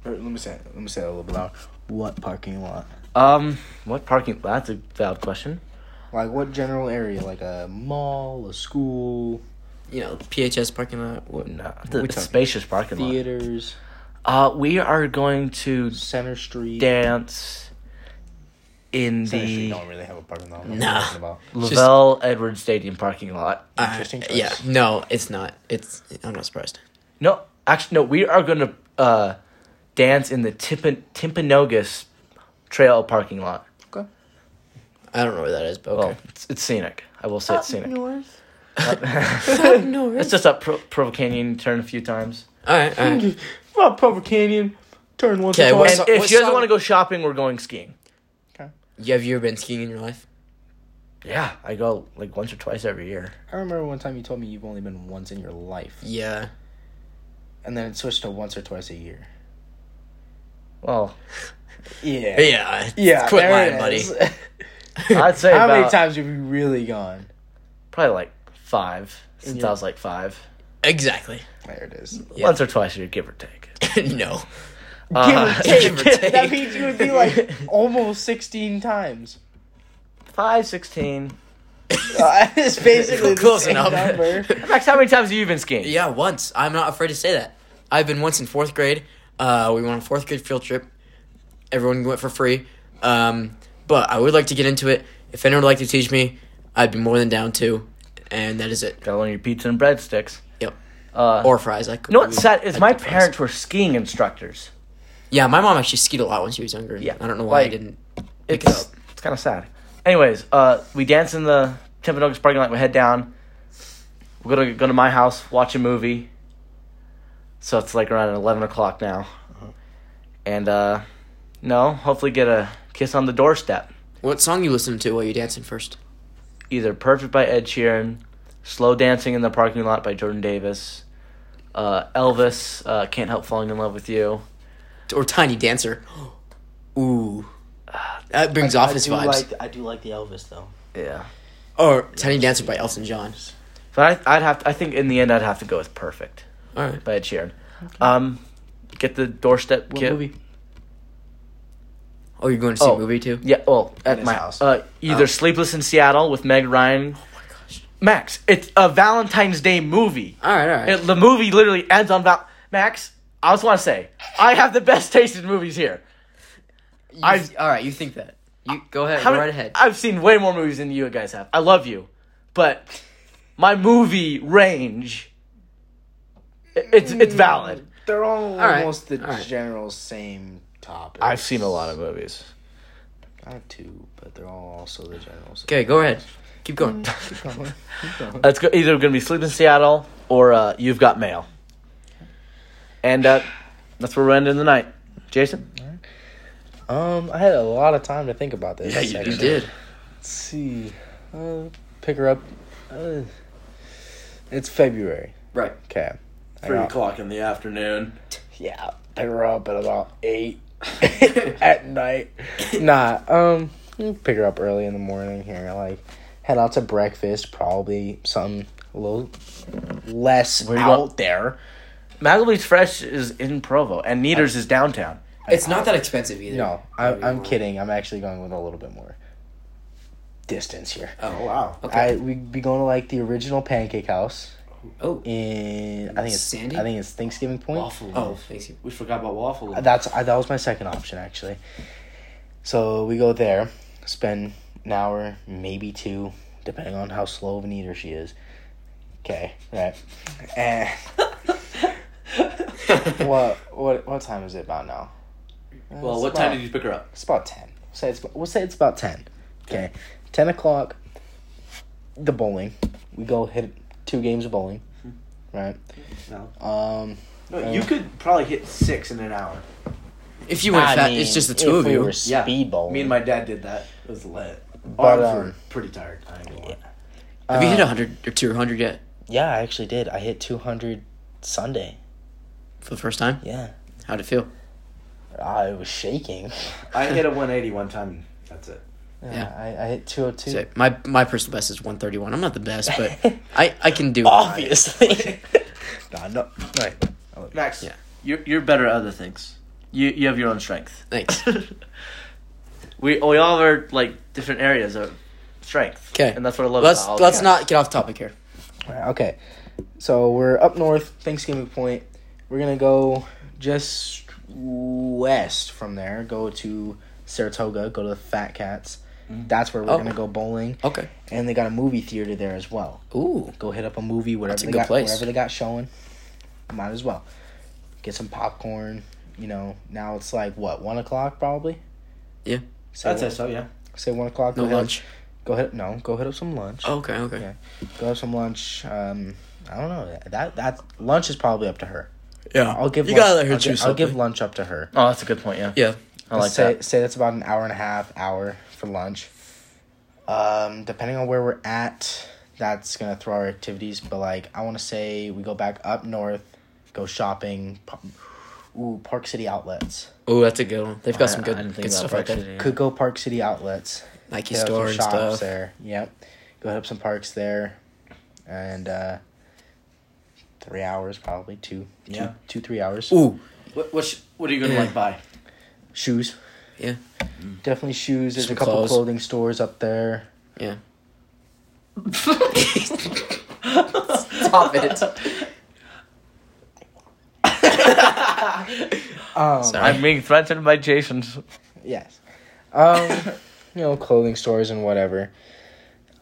Or, let me say. Let me say that a little bit louder. What parking lot?
um, what parking? That's a valid question.
Like what general area? Like a mall, a school,
You know, PHS parking lot. What?
No, it's
we
a
talking?
spacious parking lot.
theaters,
Uh, we are going to
Center Street.
dance in
Center Street
the
don't really have a parking lot.
Nah.
Nah. About.
just-
Lavelle Edwards Stadium parking lot.
Uh,
Interesting choice.
yeah. No, it's not. It's. I'm not surprised.
No, actually, no. We are gonna uh, dance in the Timpan- Timpanogos Trail parking lot.
Okay.
I don't know where that is, but
Well,
okay.
it's, it's scenic. I will say it's scenic. Uh,
North.
no,
It's just up Pro- Provo Canyon, turn a few times.
all right, all right.
Well, Provo Canyon. Turn once.
Okay,
or twice.
what's So- up?
if
what
you guys
song-
want to go shopping, we're going skiing.
You have you ever been skiing in your life?
Yeah, I go like once or twice every year.
I remember one time you told me you've only been once in your life,
Yeah.
and then it switched to once or twice a year.
Well,
Yeah.
Yeah.
Yeah.
Quit
there
lying,
it
buddy.
is.
I'd say
How
about,
many times have you really gone?
Probably like five since
Yeah.
I was like five.
Exactly.
There it is.
Yeah.
Once or twice a year, give or take.
no.
Uh,
Give or
give or take.
That means you would be like almost 16 times.
five, sixteen.
Uh, it's basically the
Close
same
enough.
number.
Max, how many times have you been skiing?
Yeah, once. I'm not afraid to say that. I've been once in fourth grade. Uh, we went on a fourth grade field trip. Everyone went for free. Um, but I would like to get into it. If anyone would like to teach me, I'd be more than down to. And that is it.
Got one of your pizza and breadsticks.
Yep.
Uh,
Or fries. I could.
you know what's sad
I'd
is my
do fries.
parents were skiing instructors.
Yeah, my mom actually skied a lot when she was younger.
Yeah,
I don't know why I
like-
didn't.
it's,
Pick it up.
It's kind of sad. Anyways, uh, we dance in the Timpanogos parking lot. We head down. We're gonna go to my house, watch a movie. So it's like around eleven o'clock now, and uh, no, hopefully get a kiss on the doorstep.
What song you listening to while you dancing first?
Either "Perfect" by Ed Sheeran, "Slow Dancing in the Parking Lot" by Jordan Davis, uh, Elvis uh, "Can't Help Falling in Love with You."
Or Tiny Dancer? Ooh. That brings office vibes.
I do like the Elvis though.
Yeah,
or Tiny Dancer by Elton John.
but I, I'd have. To, I think in the end, I'd have to go with "Perfect."
All right.
by Ed Sheeran. Um, get the doorstep
What
kit.
movie?
Oh, you're going to see
Oh.
a movie too?
Yeah, well,
In
at
his
my
house.
house. Uh, either
Oh.
Sleepless in Seattle with Meg Ryan.
Oh my gosh.
Max, it's a Valentine's Day movie.
All right, all right.
It- the movie literally ends on Val. Max, I just want to say, I have the best taste in movies here. I-
all right, you think that. You go ahead,
How
go
many-
right ahead.
I've seen way more movies than you guys have. I love you, but my movie range, i- it's it's valid.
They're all,
right.
almost the
All right.
general same topic.
I've seen a lot of movies.
I have two, but they're all also the general. Same.
okay, go ahead. Keep going.
Keep going. Keep going.
That's go- either going to be Sleep in Seattle or uh, You've Got Mail. And uh, that's where we're ending the night. Jason?
Um, I had a lot of time to think about this.
you
actually.
did.
Let's see. Uh, pick her up. Uh, it's February.
Right.
Okay. I got-
o'clock in the afternoon.
Yeah.
They were up at about eight at night. Nah, um, pick her up early in the morning here. Like, head out to breakfast. Probably something a little less
Where you
out
going?
there.
Malibu's Fresh is in Provo, and Neater's is downtown.
It's not that expensive either.
No, I, I'm kidding. I'm actually going with a little bit more distance here.
Oh
wow.
Okay.
I we'd be going to like the original Pancake House
oh.
in I think it's
Sandy?
I think it's Thanksgiving Point.
Waffle.
Oh, thanks. you.
We forgot about waffle.
That's I, that was my second option actually. So we go there, spend an hour, maybe two, depending on how slow of an eater she is. Okay, right. And what what what time is it about now?
well, what time did you pick her up?
It's about ten. Say it's we'll say it's about ten. Okay, ten o'clock. The bowling, we go hit two games of bowling, right?
No.
Um,
No, you could probably hit six in an hour.
If you went
I
fat,
mean,
it's just the
if
two of
we
you.
Were speed bowling.
Me and my dad did that. It was lit.
But,
Arms
um,
were pretty tired. I ain't gonna lie.
Have you hit
Uh,
hundred or two hundred yet
Yeah, I actually did. I hit 200 Sunday.
for the first time?
Yeah.
How'd it feel?
I was shaking.
I hit a 180 one time. and That's it.
Yeah.
Yeah.
I, I hit 202.
So my my personal best is one thirty one. I'm not the best, but I I can do. it.
Obviously. nah, no. Right.
Max.
Yeah.
You're you're better at other things. You you have your own strength.
Thanks.
we we all are like different areas of strength.
'Kay.
and that's what I love.
let's
about all of
let's
you.
not get off topic here.
Right, Okay. So we're up north, Thanksgiving Point. We're going to go just west from there, go to Saratoga, go to the Fat Cats. That's where we're
Oh.
going to go bowling.
Okay.
And they got a movie theater there as well.
Ooh.
go hit up a movie, whatever
That's a
they
good
got,
place.
whatever they got showing. Might as well get some popcorn. You know, now it's like what one o'clock probably.
Yeah.
Say
That's
one,
it. So yeah.
Say one o'clock.
No
go hit up-
lunch.
go hit no. Go hit up some lunch.
Oh, okay. Okay.
Yeah. Go have some lunch. Um, I don't know that that lunch is probably up to her.
Yeah.
I'll give
you
lunch,
gotta let her
I'll gi-
choose.
I'll give
something.
lunch up to her.
Oh, that's a good point. Yeah,
Yeah.
I like
say,
that.
Say that's about an hour and a half, hour for lunch. Um, depending on where we're at, that's gonna throw our activities. But like, I want to say we go back up north, go shopping. pa- Ooh, Park City Outlets.
Oh, that's a good one. They've got
I-
some
I didn't
good
think
good
about
stuff right
Park
there.
City.
Could go Park City Outlets.
Nike
hit up some
store and
shops
stuff.
there. Yep. Go hit up some parks there, and uh, three hours probably two, two, two, three
Yeah.
hours.
Ooh.
What what, sh- what are you gonna
Yeah.
like buy?
Shoes.
Yeah.
Definitely shoes. There's
Some
a couple
clothes.
clothing stores up there.
Yeah. Stop it.
Um,
Sorry.
I'm being threatened by Jason's.
Yes. Um, you know, clothing stores and whatever.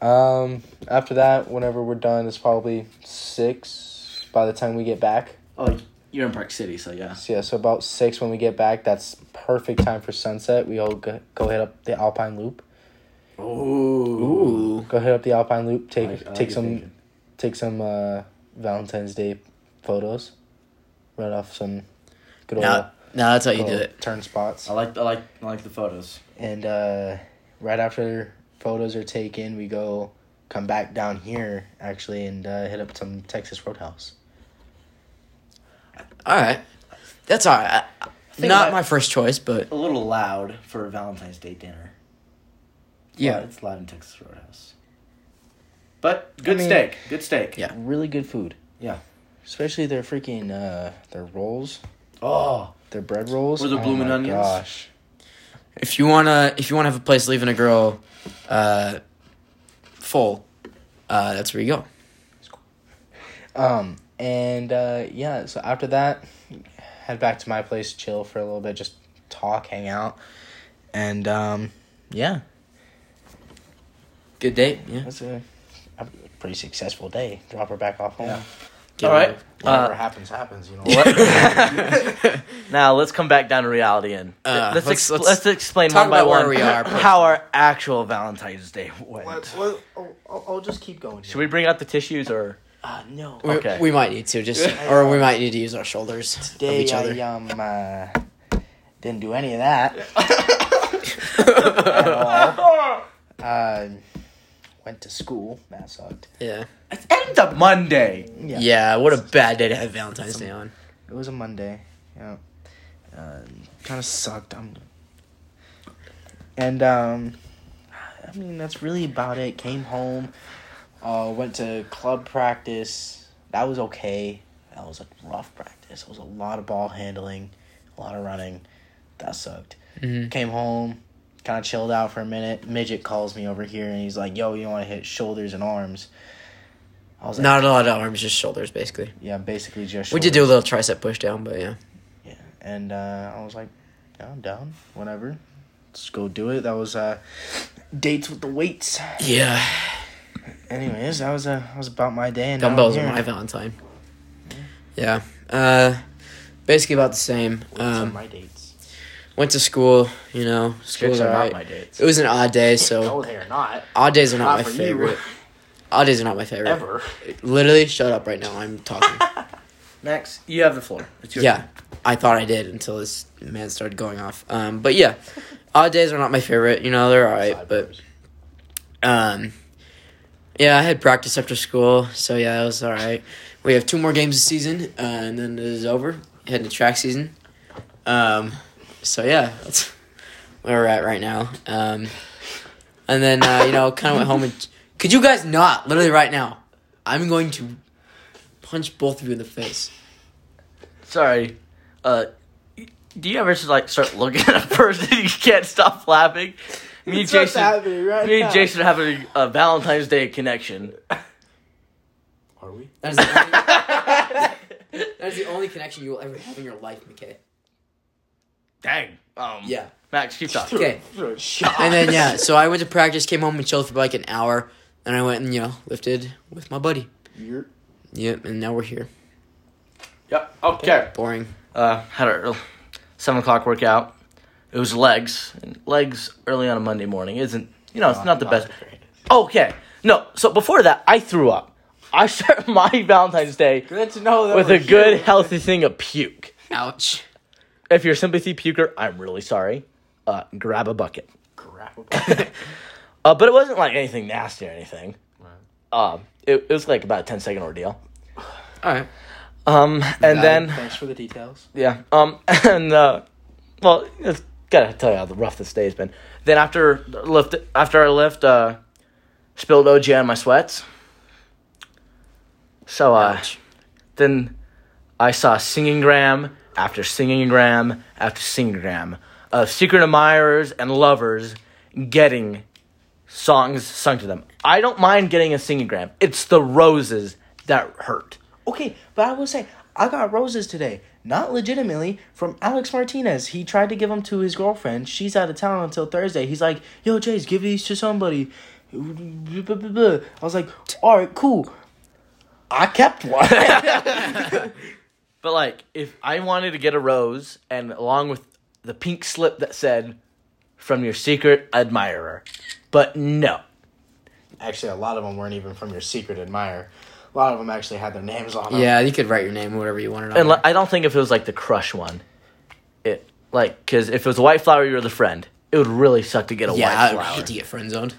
Um, after that, whenever we're done, it's probably six by the time we get back.
Oh, you're in Park City, so yeah.
So, yeah, so about six when we get back, that's perfect time for sunset. We all go, go hit up the Alpine Loop.
Ooh.
Ooh.
Go hit up the Alpine Loop. Take
I like- I like
take
your
some
thinking.
take some uh, Valentine's Day photos. Right off some good old,
Now, now that's how you
good
do
old
it.
turn spots.
I like I like I like the photos.
And uh, right after photos are taken, we go come back down here actually and uh, hit up some Texas Roadhouse.
All right. That's all right. I-
think
Not
that-
my first choice, but
A little loud for a Valentine's Day dinner.
yeah.
Loud- it's loud in Texas Roadhouse. But good
mean-
steak, good steak.
Yeah.
Really good food,
Yeah.
especially their freaking uh, their rolls,
Oh,
their bread rolls.
Or the
Oh
bloomin'
my
onions.
Gosh,
If you wanna, if you wanna have a place leaving a girl, uh, full, uh, that's where you go.
um, and uh, yeah. So after that, head back to my place, chill for a little bit, just talk, hang out, and um, yeah,
Good date. Yeah.
that's a, a pretty successful day. Drop her back off home.
Yeah.
Get
All right.
away.
Whatever
Uh,
happens, happens. You know.
now let's come back down to reality and
Uh,
let's, let's,
let's- let's
let's explain
talk
one by
about where
one
we are, please.
how our actual Valentine's Day went.
Well, I'll, I'll- I'll oh, just keep going.
Should we bring out the tissues or?
Uh, no.
We,
Okay.
we might need to just, or we might need to use our shoulders of
Today
each other.
I um uh, didn't do any of that at all. Uh, went to school. That sucked.
Yeah.
It's end of Monday.
Yeah.
Yeah. What a bad day to have Valentine's Day on.
It was a Monday. Yeah.
Uh, kind of sucked. Um, and um, I mean that's really about it. Came home, uh, went to club practice. That was okay. That was a rough practice. It was a lot of ball handling, a lot of running. That sucked.
Mhm.
Came home, kind of chilled out for a minute. Midget calls me over here and he's like, "Yo, you want to hit shoulders and arms?" I was like,
Not a lot of arms, just shoulders, basically.
"Yeah, basically just."
We did do a little tricep push down, but yeah.
Yeah, and uh, I was like, yeah, I'm down, whatever. Let's go do it. That was uh, dates with the weights.
Yeah.
Anyways, that was uh, that was about my day. And now I'm
Dumbbells are
here.
my Valentine. Yeah. Uh, basically about the same.
Weights are
Um,
my dates.
went to school, you know. School
Chicks
was
are not
alright.
my dates.
It was an odd day,
No,
so
they are not.
odd days are not,
Not
my
for you.
favorite. Odd days are not my favorite.
Ever.
Literally, shut up right now. I'm talking.
Max, you have the floor. It's your
yeah, I thought I did until this man started going off. Um, but yeah, odd days are not my favorite. You know, they're all right, but um, yeah, I had practice after school, so yeah, that was all right. We have two more games this season, uh, and then it is over. Heading to track season. Um, so yeah, that's where we're at right now. Um, and then uh, you know, kind of went home and. Could you guys not literally right now? I'm going to punch both of you in the face.
Sorry. Uh, do you ever just like start looking at a person and you can't stop laughing? Me and Jason,
right
me and Jason have a, a Valentine's Day connection.
Are we?
That is, the only, that is the only connection you will ever have in your life, McKay.
Dang. Um,
Yeah.
Max, keep talking.
Okay. And then yeah, so I went to practice, came home and chilled for like an hour, and I went and you know lifted with my buddy.
You're
Yep. And now we're here.
Yep. Okay.
Boring.
Uh, had a seven o'clock workout. It was legs. And legs early on a Monday morning isn't you know it's Oh, not the best. Okay. No. So before that, I threw up. I start my Valentine's Day
Good to know that
with
we're
a good
here.
healthy thing of puke.
Ouch.
If you're a sympathy puker, I'm really sorry. Uh, grab a bucket. Uh, but it wasn't like anything nasty or anything. Um, it, it was like about a 10 second ordeal.
All right.
Um, and then
Thanks for the details.
yeah. Um, and uh, well, it's gotta tell you how rough this day's been. Then after the lift, after I lift, uh, spilled OG on my sweats. So uh,
Ouch.
then I saw singing gram after singing gram after singing gram of secret admirers and lovers getting songs sung to them. I don't mind getting a singing gram. It's the roses that hurt.
Okay, but I will say I got roses today, not legitimately, from Alex Martinez. He tried to give them to his girlfriend. She's out of town until Thursday. He's like, "Yo, Jace, give these to somebody." I was like, "All right, cool." I kept one.
But like, if I wanted to get a rose, and along with the pink slip that said, "From your secret admirer," but no,
actually a lot of them weren't even from your secret admirer. A lot of them actually had their names on them.
Yeah, you could write your name, whatever you wanted. On
and
there.
like, I don't think if it was like the crush one, it like because if it was a white flower, you were the friend. It would really suck to get a
yeah,
white
I would
flower.
hate to get friend zoned.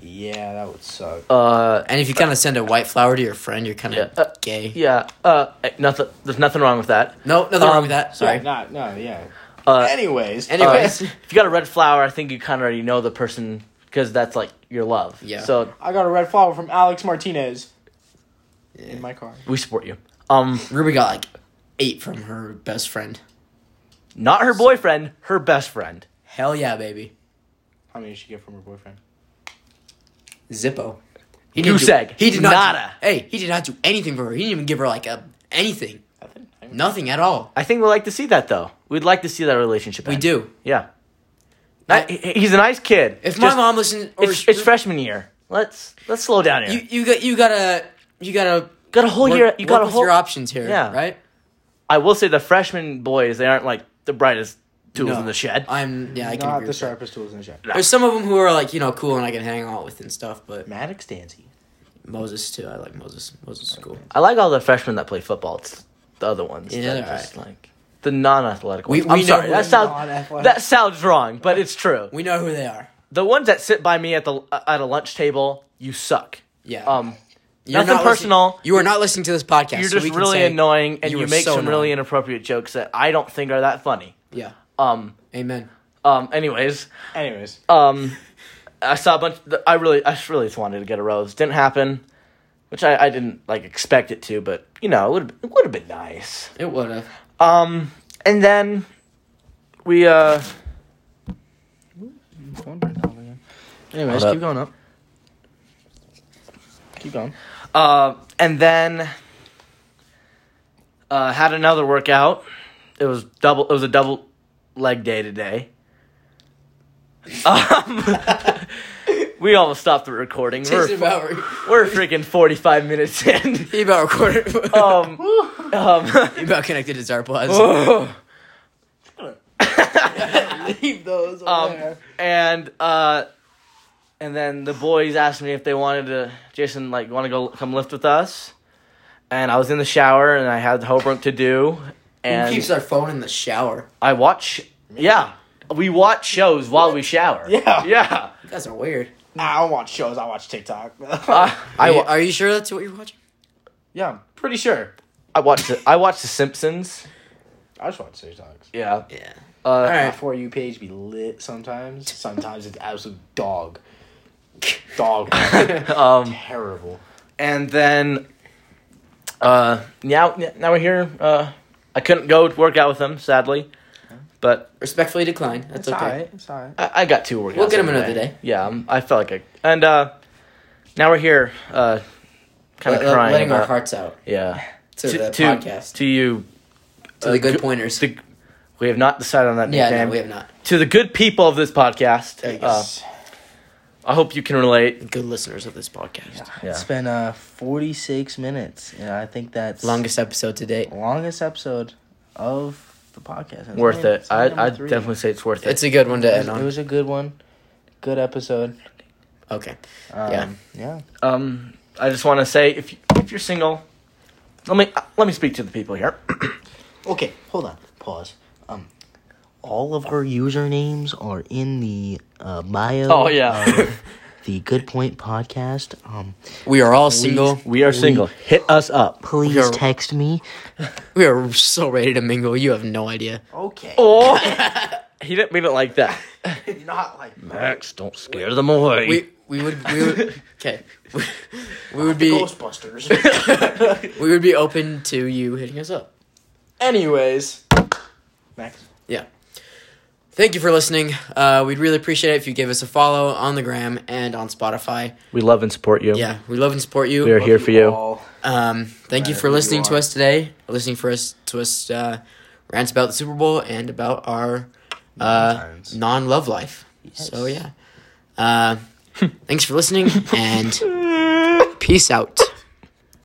Yeah, that would suck.
Uh,
And if you kind of send a white flower to your friend, you're kind of
Yeah, uh,
gay.
yeah. Uh, nothing. There's nothing wrong with that.
No, nothing
Um,
wrong with that. Sorry.
Sorry, not no, yeah.
Uh,
anyways,
Anyways,
uh,
If you got a red flower, I think you kind of already know the person because that's like your love.
Yeah.
So
I got a red flower from Alex Martinez in my car.
we support you. Um,
Ruby got like eight from her best friend.
not her boyfriend, her best friend.
Hell yeah, baby.
How many did she get from her boyfriend?
Zippo. He
Goose
didn't do-
egg.
He did not.
Nada.
do- hey, he did not do anything for her. He didn't even give her like a anything.
Nothing.
Nothing at all.
I think we'd like to see that though. We'd like to see that relationship.
We
end.
do.
Yeah. Ni- he- he's a nice kid.
If my
Just-
mom listened, or
it's, it's freshman year. Let's let's slow down here.
you you got you gotta you gotta
got a whole
work-
year. You got
work
a
with
whole.
your options here.
Yeah.
right.
I will say the freshman boys they aren't like the brightest tools
No.
in the shed.
I'm yeah. I can
Not
agree
the
with that.
sharpest tools in the shed.
There's some of them who are like you know cool and I can hang out with and stuff, but
Maddox Dancy.
Moses too. I like Moses. Moses is cool.
I like all the freshmen that play football. It's the other ones.
Yeah,
that
they're
just, like the non-athletic
We-
ones.
we
I'm
know
sorry.
who
That
the
sounds
non-athletic-
that sounds wrong, but it's true.
We know who they are.
The ones that sit by me at the at a lunch table, you suck.
Yeah.
Um,
You're
nothing
not
personal.
Listening, you are not listening to this podcast.
you're
so
just
we can
really
say
annoying and
you
you,
are
make
so
some really
annoying.
inappropriate jokes that I don't think are that funny.
Yeah.
Um,
Amen.
um, anyways,
Anyways,
um, I saw a bunch. I really, I just really just wanted to get a rose. Didn't happen, which I, I didn't like expect it to, but you know, it would it would have been nice.
It would have.
Um, and then we uh,
anyways,
Hold up.
keep going up. Keep going.
uh, and then uh, had another workout. It was double. It was a double leg day today. Um, we almost stopped the recording.
He's
We're,
about, re-
we're freaking forty five minutes in.
he about recorded.
Um, um,
he about connected his
Oh.
AirPods.
Leave those.
Um, and uh, and then the boys asked me if they wanted to. Jason, like, want to go come lift with us? And I was in the shower, and I had homework to do,
Who
and
keeps their phone in the shower?
I watch. Yeah, we watch shows while we shower.
Yeah.
yeah.
You guys are weird.
I don't watch shows. I watch TikTok.
Uh, I
Are you,
wa-
are you sure that's what you're watching?
yeah, I'm pretty sure.
I watch the, I watch The Simpsons.
I just watch TikToks.
Yeah.
Yeah.
Uh,
All right.
My for you page be lit sometimes. Sometimes it's absolute dog. Dog.
Um,
Terrible.
and then, uh, now now we're here. Uh, I couldn't go work out with them, sadly, but
Respectfully decline. That's
it's
okay.
alright. It's alright.
I, I got two workouts.
We'll get 'em
in a
another day.
Yeah, um, I felt like I and uh, now we're here, uh, kind of
Let- let-
crying.
letting our
about-
hearts out
yeah,
to the podcast.
to you.
To the
uh,
good
g-
pointers.
the- we have not decided on that
yeah,
nickname.
no, we have not.
To the good people of this podcast, uh,
It's-
I hope you can relate.
Good listeners of this podcast.
Yeah.
It's been uh 46 minutes, and I think that's
Longest episode to date.
longest episode of the podcast. It's
worth
only-
it.
it's
I
only
I
number three.
definitely say it's worth it.
It's a good one to
It was,
end
it
on.
was a good one. Good episode.
Okay.
Um,
Yeah.
yeah. Yeah.
Um, I just want to say if you- if you're single, let me uh, let me speak to the people here.
Okay, hold on. Pause. Um, all of our usernames are in the uh, bio.
Oh, yeah.
of the Good Point Podcast. Um,
We are all single.
We are single. Hit us up.
please
You're-
text me.
We are so ready to mingle. You have no idea.
Okay.
Oh, he didn't mean it like that.
Not like
Max, don't scare them away.
We we would we would okay. We, we would be
Ghostbusters.
we would be open to you hitting us up. Anyways,
Max.
yeah. Thank you for listening. Uh, we'd really appreciate it if you gave us a follow on the gram and on Spotify.
we love and support you.
Yeah, we love and support you.
We are here for you.
all.
Um, thank you
Matter
for
who you
listening to
are.
us today, listening for us to us uh, rants about the Super Bowl and about our uh,
Sometimes.
non love life. So yeah, uh, thanks for listening and peace out.